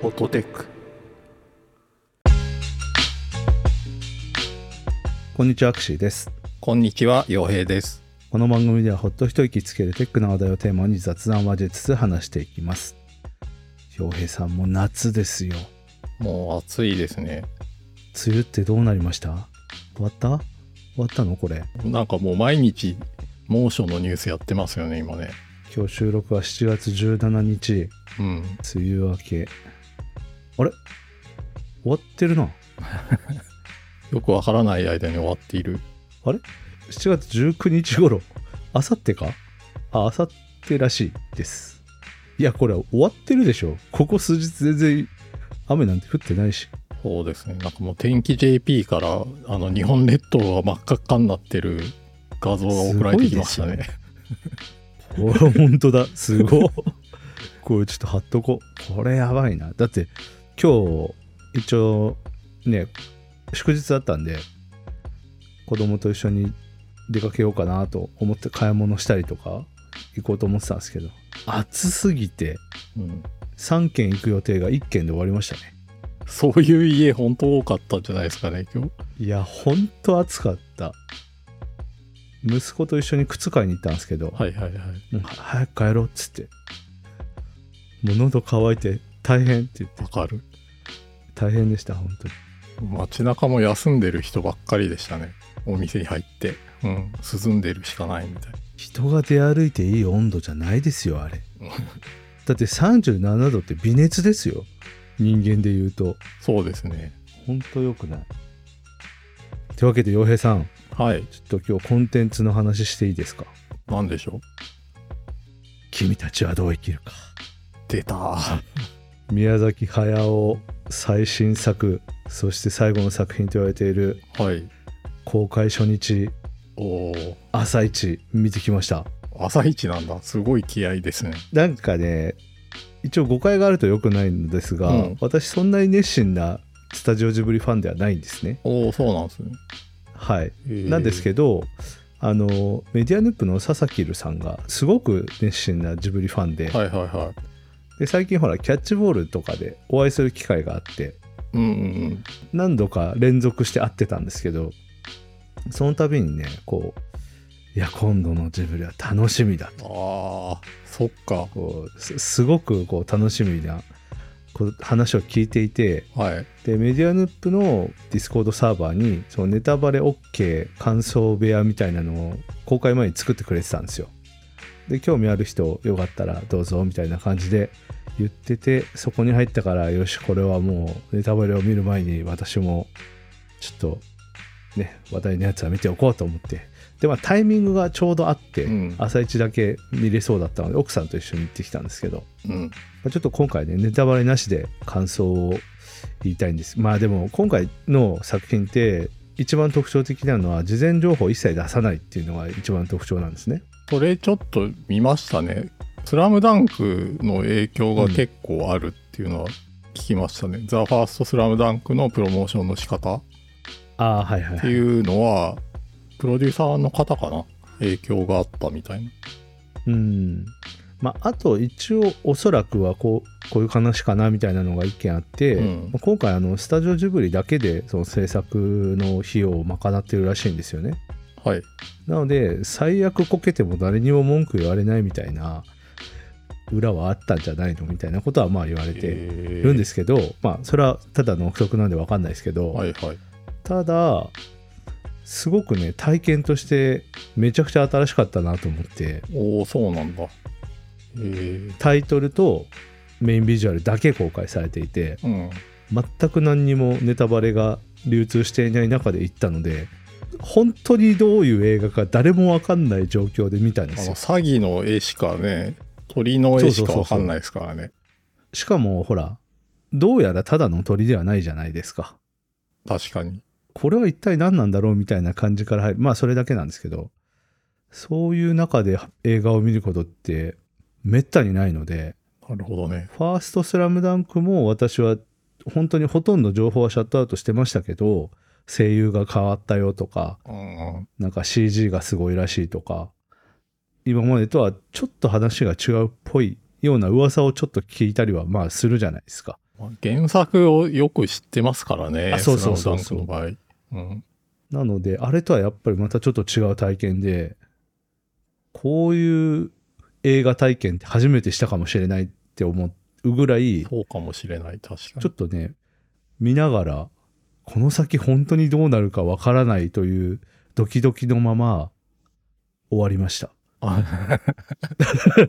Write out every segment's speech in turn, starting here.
フォトテックこんにちは、アクシーです。こんにちは洋平ですこの番組ではほっと一息つけるテックな話題をテーマに雑談を交えつつ話していきます。洋平さんも夏ですよ。もう暑いですね梅雨ってどうなりました終わった終わったのこれ。なんかもう毎日猛暑のニュースやってますよね今ね今日収録は7月17日、うん梅雨明け。あれ終わってるな。よくわからない間に終わっている7月19日頃、あさってかあ、あさってらしいです。いや、これ終わってるでしょ。ここ数日全然雨なんて降ってないし。そうですねなんかもう天気 JP からあの日本列島が真っ赤っかになってる画像が送られてきましたねすごいお本当だすごいこれちょっと貼っとこうこれやばいなだって今日一応ね祝日だったんで子供と一緒に出かけようかなと思って買い物したりとか行こうと思ってたんですけど暑すぎてうん、 3軒行く予定が1軒で終わりましたねそういう家本当多かったんじゃないですかね今日いやほんと暑かった息子と一緒に靴買いに行ったんですけど、はいはいはいもうは早く帰ろうっつってもう喉乾いて大変って言ってわかる大変でした本当に街中も休んでる人ばっかりでしたねお店に入ってうん涼んでるしかないみたい人が出歩いていい温度じゃないですよあ れだって37度って微熱ですよ人間で言うとそうですね本当良くないというわけで洋平さんはいちょっと今日コンテンツの話していいですか何でしょう君たちはどう生きるか 出た宮崎駿最新作そして最後の作品と言われているはい。公開初日おー朝一見てきました朝一なんだ。すごい気合いですね。なんかね一応誤解があると良くないのですが、うん私そんなに熱心なスタジオジブリファンではないんですねおお、そうなんですね。はい、えーなんですけどあのメディアヌップの佐々木るさんがすごく熱心なジブリファンで,、はいはいはい。で最近ほらキャッチボールとかでお会いする機会があってうんうん何度か連続して会ってたんですけどその度にねこういや今度のジブリは楽しみだうん。ああ、そっか。こうすすごくこう楽しみなこう話を聞いていてはい。でメディアヌップのディスコードサーバーにそのネタバレ OK 感想部屋みたいなのを公開前に作ってくれてたんですよ。で興味ある人よかったらどうぞみたいな感じで言っててそこに入ったからよしこれはもうネタバレを見る前に私もちょっとね話題のやつは見ておこうと思ってでまあタイミングがちょうどあって、うん朝一だけ見れそうだったので奥さんと一緒に行ってきたんですけどうん。まあちょっと今回ねネタバレなしで感想を言いたいんですまあでも今回の作品って一番特徴的なのは事前情報を一切出さないっていうのが一番特徴なんですねそれちょっと見ましたね。スラムダンクの影響が結構あるっていうのは聞きましたね。ザ・ファースト・スラムダンクのプロモーションの仕方っああはいはい、てはい、いうのは、プロデューサーの方かな影響があったみたいな。うんまああと一応おそらくはこうこういう話かなみたいなのが一件あって、うんまあ今回あのスタジオジブリだけでその制作の費用を賄ってるらしいんですよねはい。。なので最悪こけても誰にも文句言われないみたいな裏はあったんじゃないのみたいなことはまあ言われているんですすけど、まあそれはただの憶測なんで分かんないですけど、はいはい。ただすごくね体験としてめちゃくちゃ新しかったなと思っておお、そうなんだ。へえ。タイトルとメインビジュアルだけ公開されていてうん。全く何にもネタバレが流通していない中で行ったので本当にどういう映画か誰も分かんない状況で見たんであすよの詐欺の絵しかね鳥の絵しかわかんないですからねしかもほらどうやらただの鳥ではないじゃないですか確かにこれは一体何なんだろうみたいな感じから入るまあそれだけなんですけどそういう中で映画を見ることってめったにないのでなるほどねファーストスラムダンクも私は本当にほとんど情報はシャットアウトしてましたけど声優が変わったよとかうんうんなんか CG がすごいらしいとか今までとはちょっと話が違うっぽいような噂をちょっと聞いたりはまあするじゃないですかまあ原作をよく知ってますからねあそうそうそうスそうラムダンクの場合、うん、なので、あれとはやっぱりまたちょっと違う体験で、こういう映画体験って初めてしたかもしれないって思うぐらい、そうかもしれない確かちょっとね、見ながら、この先本当にどうなるかわからないというドキドキのまま終わりま した。に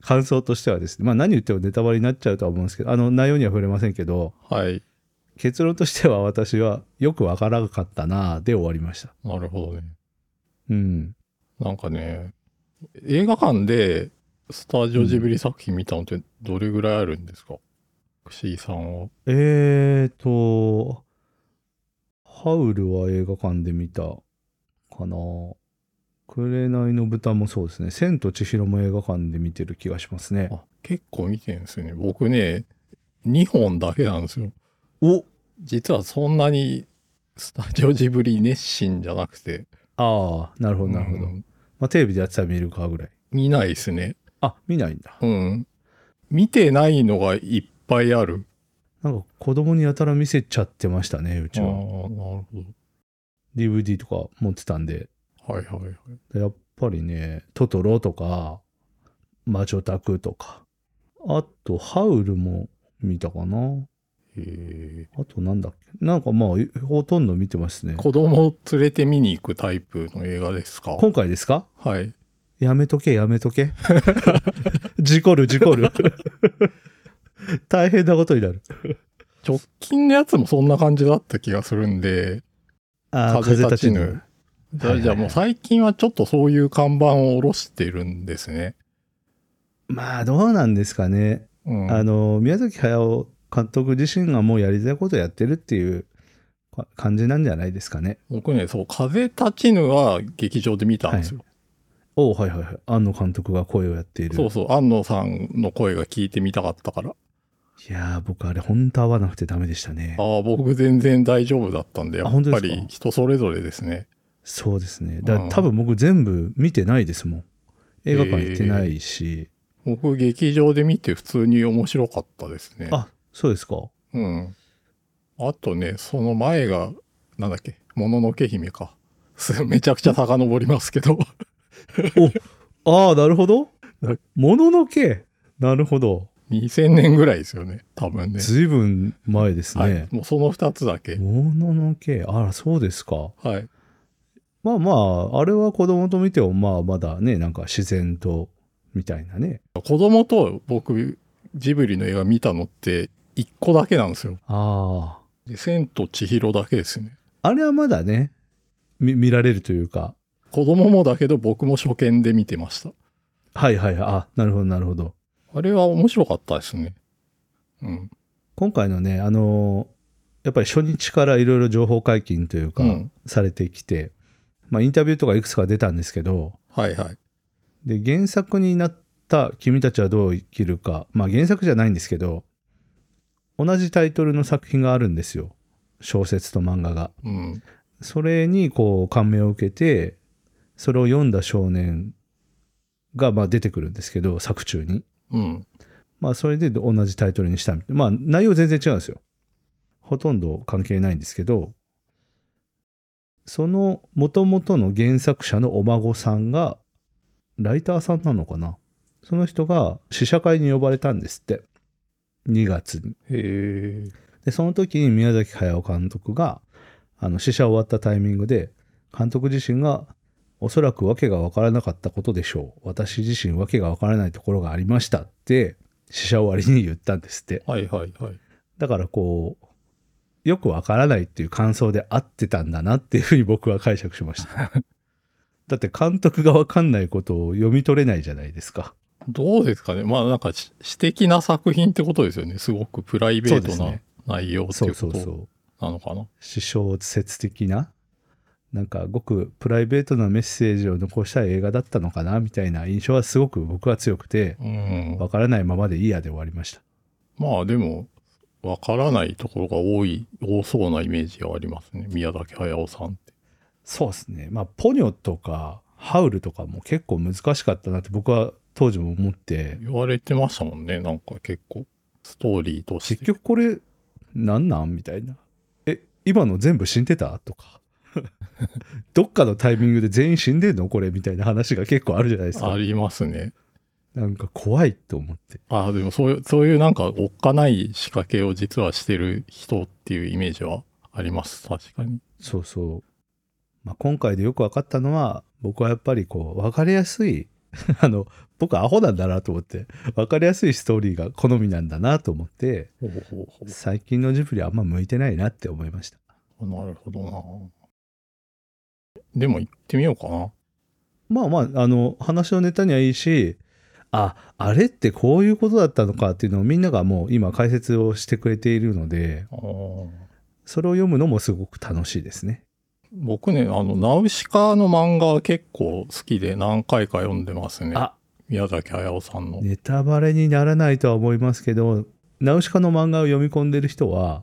感想としてはですね、まあ何言ってもネタバレになっちゃうとは思うんですけど、あの内容には触れませんけど、はい結論としては私はよくわからなかったなぁで終わりました。なるほどねうん。なんかね映画館でスタジオジブリ作品見たのってどれぐらいあるんですか、串井さんはえーと、ハウルは映画館で見たかな紅の豚もそうですね。千と千尋も映画館で見てる気がしますね。あ結構見てるんですよね僕ね2本だけなんですよお実はそんなにスタジオジブリ熱心じゃなくてああ、なるほど、なるほど。うんまあ、テレビでやってたら見るかぐらい。見ないですねあ、見ないんだ。うん見てないのがいっぱいあるなんか子供にやたら見せちゃってましたね、うあちあなるは。ほ DVD とか持ってたんで。どはいはいはいやっぱりね、トトロとか、魔女宅とか。あと、ハウルも見たかな。へあとなんだっけなんかまあ、ほとんど見てますねー。子供を連れて見に行くタイプの映画ですか今回ですかはいやめとけ、やめと け。事故る、事故る。大変なことになる。直近のやつもそんな感じだった気がするんであー風立ちぬ。じゃはいはいはあいじゃあもう最近はちょっとそういう看板を下ろしてるんですねまあ、どうなんですかね。うんあの、宮崎駿監督自身がもうやりたいことやってるっていうか感じなんじゃないですかね。僕ね、そう、風立ちぬは劇場で見たんですよ。おうはいはいはい。庵野監督が声をやっている。そうそう、安野さんの声が聞いてみたかったから。いやー、僕あれ、本当合わなくてダメでしたね。ああ、僕全然大丈夫だったんで、やあっ本当でぱすかり人それぞれですね。そうですね。だうん多分僕全部見てないですもん。映画館行ってないし。僕、劇場で見て普通に面白かったですね。あ、そうですか。うん。あとね、その前が、なんだっけ、もののけ姫か。す めちゃくちゃ遡りますけど。 ああ、なるほどな。もののけ。なるほど。 2000年ぐらいですよね、多分ね。ずいぶん前ですはいね。。もうその2つだけ。もののけ。あら、そうですか。はい。まあまあ、あれは子供と見ても、まあまだね、なんか自然と、みたいなね。子供と僕、ジブリの映画見たのって、1個だけなんですよ。ああ。で千と千尋だけですね。あれはまだね、み見られるというか。子供もだけど僕も初見で見てました。はいはいはい。あ、なるほどなるほど。あれは面白かったですね。うん。今回のね、あのーやっぱり初日からいろいろ情報解禁というか、うんされてきて、まあ、インタビューとかいくつか出たんですけど、はいはい。で、原作になった君たちはどう生きるか、まあ、原作じゃないんですけど、同じタイトルの作品があるんですよ。小説と漫画が。うん。それにこう感銘を受けて、それを読んだ少年がまあ出てくるんですけど、作中に。うん。まあ、それで同じタイトルにしたみたいまあ、内容全然違うんですよ。ほとんど関係ないんですけど、その元々の原作者のお孫さんが、ライターさんなのかなその人が試写会に呼ばれたんですって。2月に。へえ。で、その時に宮崎駿監督が、あの、試写終わったタイミングで、監督自身が、おそらく訳が分からなかったことでしょう。私自身訳が分からないところがありましたって、試写終わりに言ったんですって。はいはいはい。だからこう、よく分からないっていう感想で合ってたんだなっていうふうに 僕は解釈しま した。だって監督が分かんないことを読み取れないじゃないですか。どうですかね。まあなんかし私的な作品ってことですよね。すごくプライベーそうでトすなね内容ってそいううそうこそう。となのかな。私小説的ななんかごくプライベートなメッセージを残したい映画だったのかなみたいな印象はすごく僕は強くてうん。わからないままでいいやで終わりましたまあでも、わからないところが多い、多そうなイメージがありますね。宮崎駿さんって。そうですねまあポニョとかハウルとかも結構難しかったなって僕は当時も思って言われてましたもんね。なんか結構。ストーリーとして結局これなんなんみたいなえ今の全部死んでたと かどっかのタイミングで全員死んでんのこれみたいな話が結構あるじゃないですあかりますねなんか怖いと思ってあでもそういうそういうなんかおっかない仕掛けを実はしてる人っていうイメージはあります確かにそうそう、まあ、今回でよく分かったのは僕はやっぱりこう分かりやすい あの僕アホなんだなと思って分かりやすいストーリーが好みなんだなと思ってほうほうほ最近のジブリはあんま向いてないなって思いましたうなるほどなでも行ってみようかなまあまああの話のネタにはいいしああれってこういうことだったのかっていうのをみんながもう今解説をしてくれているのであーそれを読むのもすごく楽しいですね僕ねあのナウシカの漫画は結構好きで何回か読んでますねあ宮崎駿さんの、ネタバレにならないとは思いますけど、ナウシカの漫画を読み込んでる人は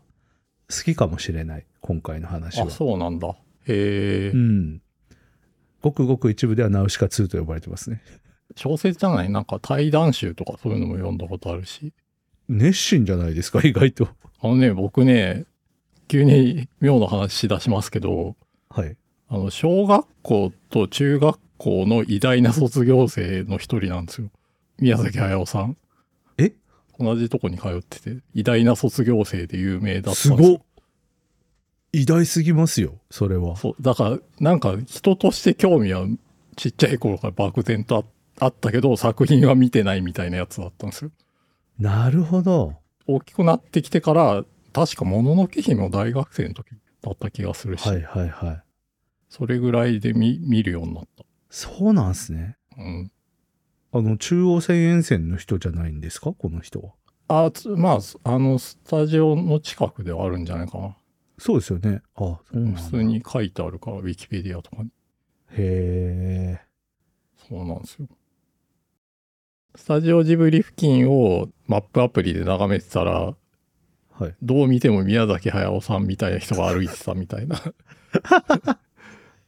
好きかもしれない、今回の話はあ。そうなんだへえ、うん。ごくごく一部ではナウシカ2と呼ばれてますね。小説じゃないなんか対談集とかそういうのも読んだことあるし熱心じゃないですか、意外と。あのね僕ね急に妙な話し出しますけどはい。あの小学校と中学校の偉大な卒業生の一人なんですよ宮崎駿さんえ同じとこに通ってて偉大な卒業生で有名だったんですすよごっ偉大すぎますよ、それは。そう、だから、なんか人として興味はちっちゃい頃から漠然とああったけど、作品は見てないみたいなやつだったんですよ。なるほど。大きくなってきてから、確かもののけ姫も大学生の時だった気がするし、はいはいはい。それぐらいで見見るようになっそうなんすね。た。うん。あの、中央線沿線の人じゃないんですかこの人は。あ、つまあ、すあの、スタジオの近くではあるんじゃないかな。そうですよね。あ、そうなんだ普通。に書いてあるから、ウィキペディアとかに。へー。そうなんですよ。スタジオジブリ付近をマップアプリで眺めてたら、はい。どう見ても宮崎駿さんみたいな人が歩いてたみたいな。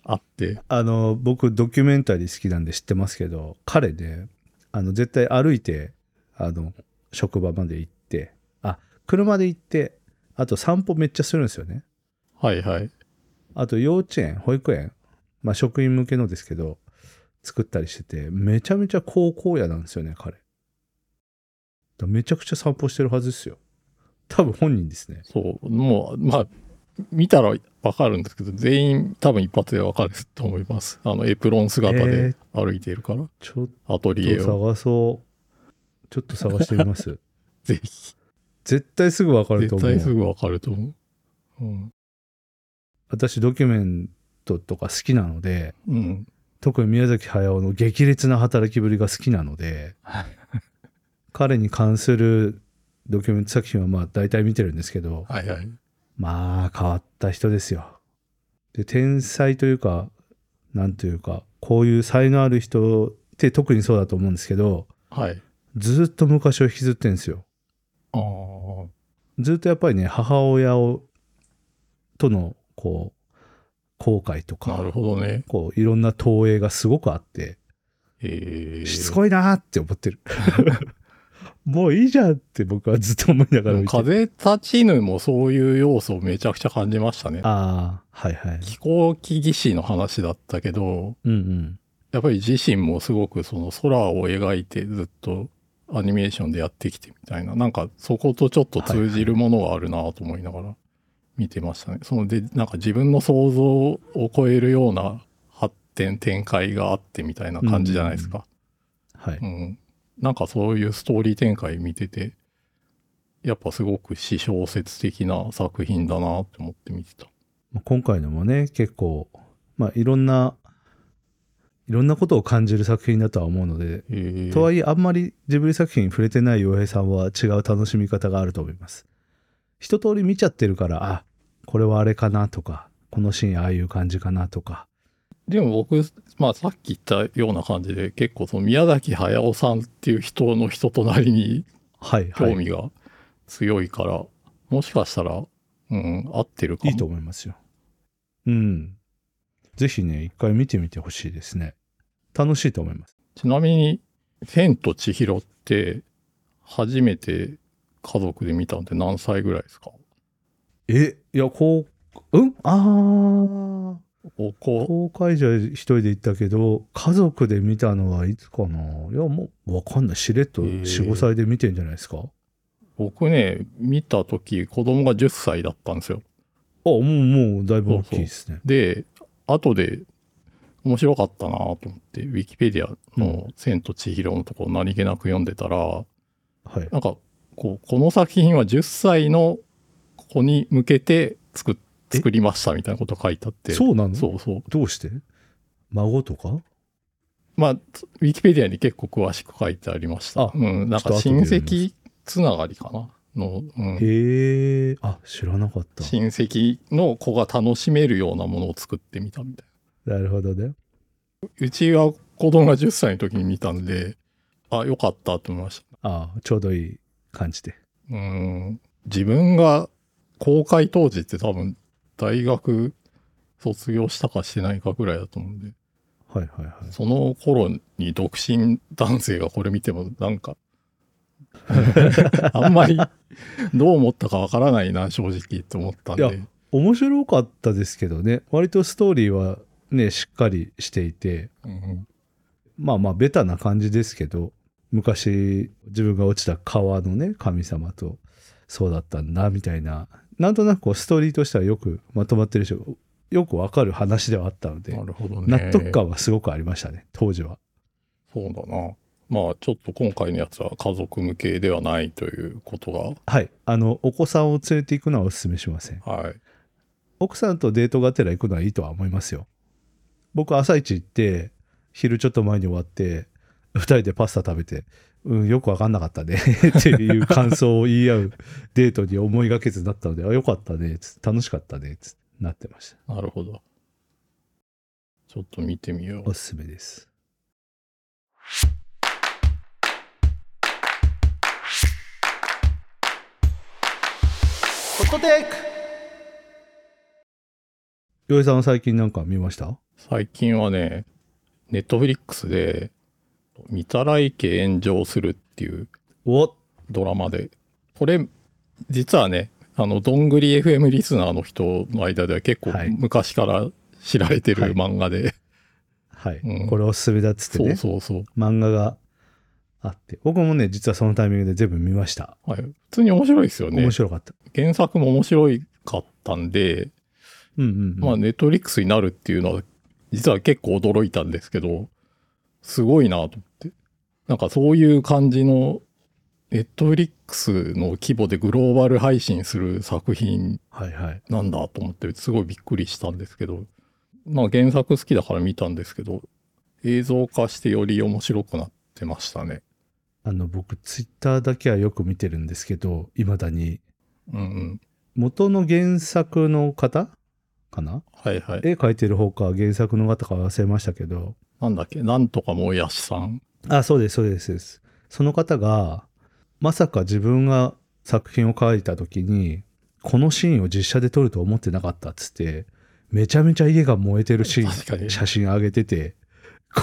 あって。あの僕ドキュメンタリー好きなんで知ってますけど彼ねあの絶対歩いてあの職場まで行ってあ車で行ってあと散歩めっちゃするんですよねはいはい。あと幼稚園保育園まあ職員向けのですけど作ったりしててめちゃめちゃ高校野なんですよね彼だからめちゃくちゃ散歩してるはずですよ多分本人ですねそう。もう、まあ、見たらわかるんですけど、全員多分一発でわかると思います。あの、エプロン姿で歩いているから、ちょっアトとリエを。探そうちょっと探してみますぜひ。絶対すぐ分かると絶思う対すぐわかると思う。うん。私ドキュメントとか好きなのでうん。特に宮崎駿の激烈な働きぶりが好きなので彼に関するドキュメント作品はまあ大体見てるんですけどはいはい。まあ変わった人ですよ。で天才というかなんというかこういう才能ある人って特にそうだと思うんですけどはい。ずっと昔を引きずってるんですよ。ああ。ずっとやっぱりね母親をとのこう後悔とかなるほどね。こういろんな投影がすごくあって、えー、しつこいなーって思ってる。 もういいじゃんって僕はずっと思いながらでも見てる。風立ちぬもそういう要素をめちゃくちゃ感じましたね。ああ、はいはい。飛行機技師の話だったけど、うんうん。やっぱり自身もすごくその空を描いてずっとアニメーションでやってきてみたいな、なんかそことちょっと通じるものがあるなと思いながら見てましたね。そので、なんか自分の想像を超えるような発展、展開があってみたいな感じじゃないですか。はい。うん。なんかそういうストーリー展開見てて、やっぱすごく私小説的な作品だなって思って見てた。まあ今回のもね、結構、まあいろんな、いろんなことを感じる作品だとは思うので、えーとはいえあんまりジブリ作品に触れてない洋平さんは違う楽しみ方があると思います。一通り見ちゃってるから、あ、これはあれかなとか、このシーンああいう感じかなとか、でも僕、まあさっき言ったような感じで、結構その宮崎駿さんっていう人の人となりにはいは興い。味が強いから、もしかしたら、うん、合ってるかも。いいと思いますよ。うん。ぜひね、一回見てみてほしいですね。楽しいと思います。ちなみに、千と千尋って、初めて家族で見たのって何歳ぐらいですかえいやこううんああ高校公開じゃ一人で行ったけど家族で見たのはいつかないやもうわかんないしれっとへえ45歳で見てんじゃないですかあ僕ね見た時子供が10歳だったんですよもうもうだいぶ大きいですねで後で面白かったなと思ってウィキペディアの「千と千尋」のところ何気なく読んでたら、はいなんかこうこの作品は10歳の子に向けて作っえ作りましたみたいなこと書いてあってそうなのそうそうどうして孫とかまあつウィキペディアに結構詳しく書いてありましたあうん、なんちかょっと後で読親みます戚つながりかなの、うん、へえあ知らなかった親戚の子が楽しめるようなものを作ってみたみたいななるほどねうちは子供が10歳の時に見たんで、あ、よかったと思いましああちょうどいい感じでた。うん。自分が公開当時って多分大学卒業したかしてないかぐらいだと思うんで、はいはいはいその頃に独身男性がこれ見てもなんか、あんまりどう思ったかわからないな、正直って思ったんいで。面白かったですけどね割とストーリーはねしっかりしていてうんまあまあベタな感じですけど昔自分が落ちた川のね神様とそうだったんだみたいななんとなくこうストーリーとしてはよくまとまってるしよくわかる話ではあったので、なるほどね。納得感はすごくありましたね当時はそうだな。まあちょっと今回のやつは家族向けではないということがはいあのお子さんを連れて行くのはお勧めしませんはい。奥さんとデートがてら行くのはいいとは思いますよ僕朝一行って昼ちょっと前に終わって2人でパスタ食べて、うん、よく分かんなかったね っていう感想を言い合うデートに思いがけずなったのであよかったねつって楽しかったねつってなってましたなるほど。ちょっと見てみようお。すすめです洋井さんは最近なんか見ました最近はね、ネットフリックスで、御たらい家炎上するっていうおドラマで、これ、実はね、あの、どんぐり FM リスナーの人の間では結構はい昔から知られてはいる漫画で、はい、うんこれおすすめだっつってねそうそう漫画があって僕もね実はそのタイミングで全部見ました、そう。はい。普通に面白いですよね面。白かった原作も面白かったんで、うんうん、うんまあ、ネットフリックスになるっていうのは、実は結構驚いたんですけど、すごいなと思って。なんかそういう感じの、ネットフリックスの規模でグローバル配信する作品はいはいなんだと思って、すごいびっくりしたんですけど、まあ原作好きだから見たんですけど、映像化してより面白くなってましたね。あの僕ツイッターだけはよく見てるんですけどいまだにうんうん。元の原作の方かなはいはい。絵描いてる方か原作の方か忘れましたけどなんだっけなんとかもやしさん。あそうですそうですそうですその方がまさか自分が作品を書いた時にこのシーンを実写で撮ると思ってなかったっつってめちゃめちゃ家が燃えてるシ確かーンに写真上げてて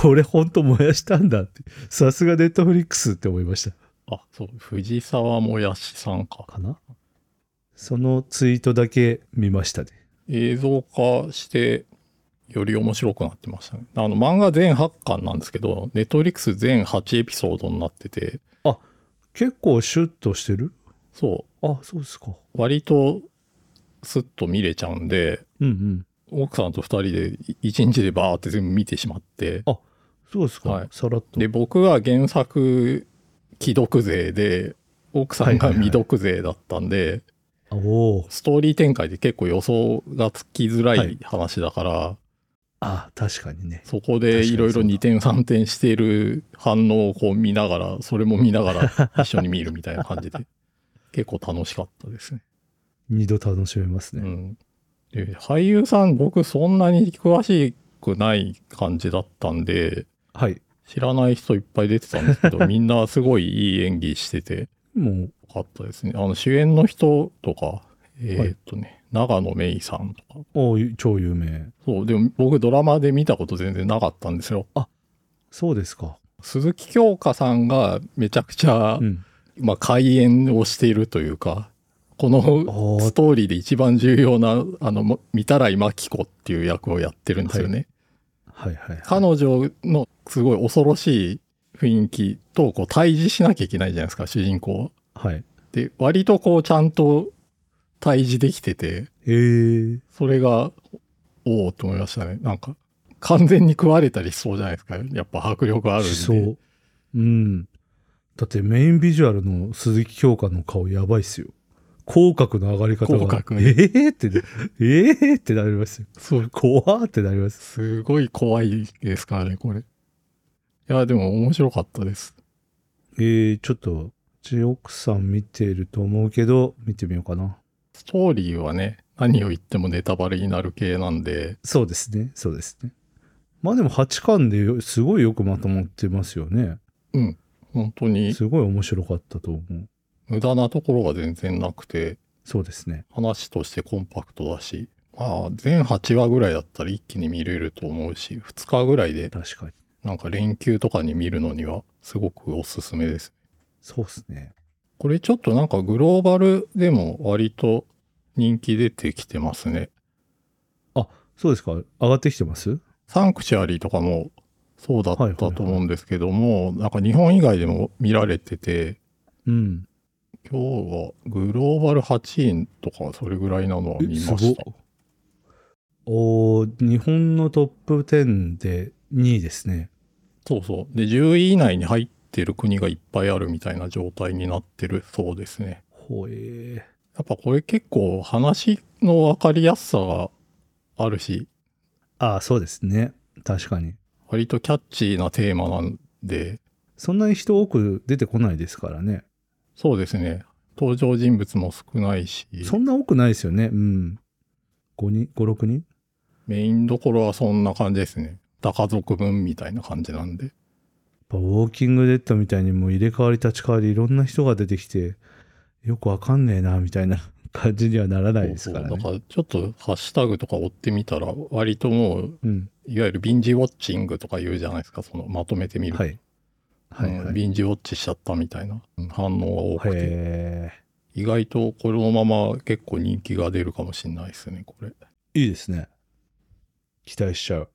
これほんと燃やしたんだってさすがネットフリックスって思いましたあ、そう。藤沢もやしさんか。かなそのツイートだけ見ましたね映像化してより面白くなってましたね。あの漫画全8巻なんですけど、ネットフリックス全8エピソードになってて、結構シュッとしてるそあそうですかう、割とスッと見れちゃうんで、うんうん奥さんと2人で1日でバーって全部見てしまって、そうですか、はいさらっとで、僕が原作既読勢で、奥さんが未読勢だったんで、あおーストーリー展開で結構予想がつきづらはいい話だから、あ確かにねそこでいろいろ2点3点している反応をこう見ながら、それも見なが ら一緒に見るみたいな感じで、結構楽しかったですね。二度楽しめますうね、ん。で、俳優さん僕そんなに詳しくない感じだったんで、はい知らない人いっぱい出てたんです けど、みんなすごいいい演技してて、よもうかったですね。あの主演の人とか、えーっとね、長野芽衣さんとか。おー超有名そう、でも僕ドラマで見たこと全然なかったんですよ。そうですか鈴木京香さんがめちゃくちゃうんまあ、開演をしているというか、このおスートーリーで一番重要な、あの、ま御手洗真紀子っていう役をやってるんですよね。はいはいはい。彼女のすごい恐ろしい雰囲気と、こう、対峙しなきゃいけないじゃないですか、主人公は。はい。で、割とこう、ちゃんと対峙できてて、えー、それが、おおと思いましたね。なんか、完全に食われたりしそうじゃないですか。やっぱ迫力あるんで。しそう。うん。だってメインビジュアルの鈴木京香の顔やばいっすよ。口角の上がり方が。口角えーって、えーってなりますよ。そう怖ーってなります。すごい怖いですからね、これ。いや、でも面白かったです。えー、ちょっと、うち奥さん見てると思うけど、見てみようかな。ストーリーはね、何を言ってもネタバレになる系なんで、そうですね。そうですね。まあでも8巻ですごいよくまとまってますよね。本当にすごい面白かったと思う。無駄なところが全然なくて、そうですね。話としてコンパクトだし、まあ、全8話ぐらいだったら一気に見れると思うし、2日ぐらいで、確かに。なんか連休とかに見るのには、すごくおすすめです。そうですね。これちょっとなんかグローバルでも割と人気出てきてますね。そうですか上がってきてますサンクチュアリーとかもそうだっはいたはいはいと思うんですけども、なんか日本以外でも見られてて、うん。今日はグローバル8位とかそれぐらいなのは見ました。おー日本のトップ10で2位ですね。そうそう。で、10位以内に入ってる国がいっぱいあるみたいな状態になってるそうですね。ほえやっぱこれ結構話の分かりやすさがあるし、ー。ああ、そうですね。確かに。割とキャッチーなテーマなんで、そんなに人多く出てこないですからね。そうですね。登場人物も少ないし、そんな多くないですよね。うん。5人、5、6人メインどころはそんな感じですね。多家族分みたいな感じなんで。やっぱウォーキングデッドみたいにもう入れ替わり立ち替わりいろんな人が出てきて、よくわかんねえな、みたいな感じにはならないですからそうねそう。だからちょっとハッシュタグとか追ってみたら、割ともう、うん。いわゆるビンジウォッチングとか言うじゃないですか、そのまとめてみると。はい。はい、うはんい。へビンジウォッチしちゃったみたいなうん反応が多くて、え。意外とこのまま結構人気が出るかもしれないですね、これ。いいですね。期待しちゃう。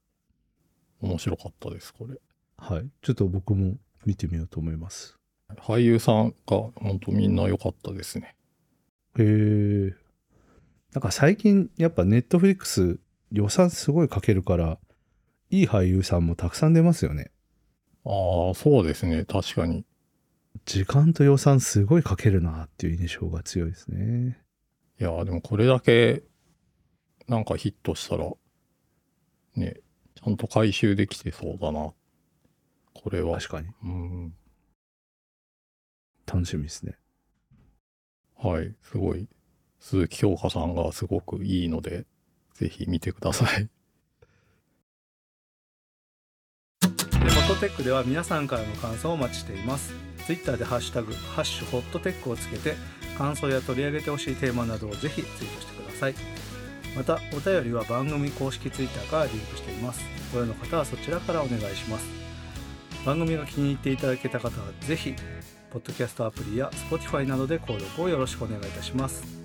面白かったです、これ。はい。ちょっと僕も見てみようと思います。俳優さんが本当みんな良かったですね。へえ。なんか最近やっぱネットフリックス予算すごいかけるから、いい俳優さんもたくさん出ますよね。ああ、そうですね、確かに。時間と予算すごいかけるなっていう印象が強いですね。いやーでもこれだけなんかヒットしたらねちゃんと回収できてそうだなこれは確かに。うん楽しみですね。はいすごい鈴木京香さんがすごくいいのでぜひ見てくださいで、ホットテックでは皆さんからの感想をお待ちしています。ツイッターでハッシュタグ、ハッシュホットテックをつけて、感想や取り上げてほしいテーマなどをぜひツイートしてください。また、お便りは番組公式ツイッターからリンクしています。ご用の方はそちらからお願いします。番組が気に入っていただけた方はぜひ、ポッドキャストアプリや Spotify などで購読をよろしくお願いいたします。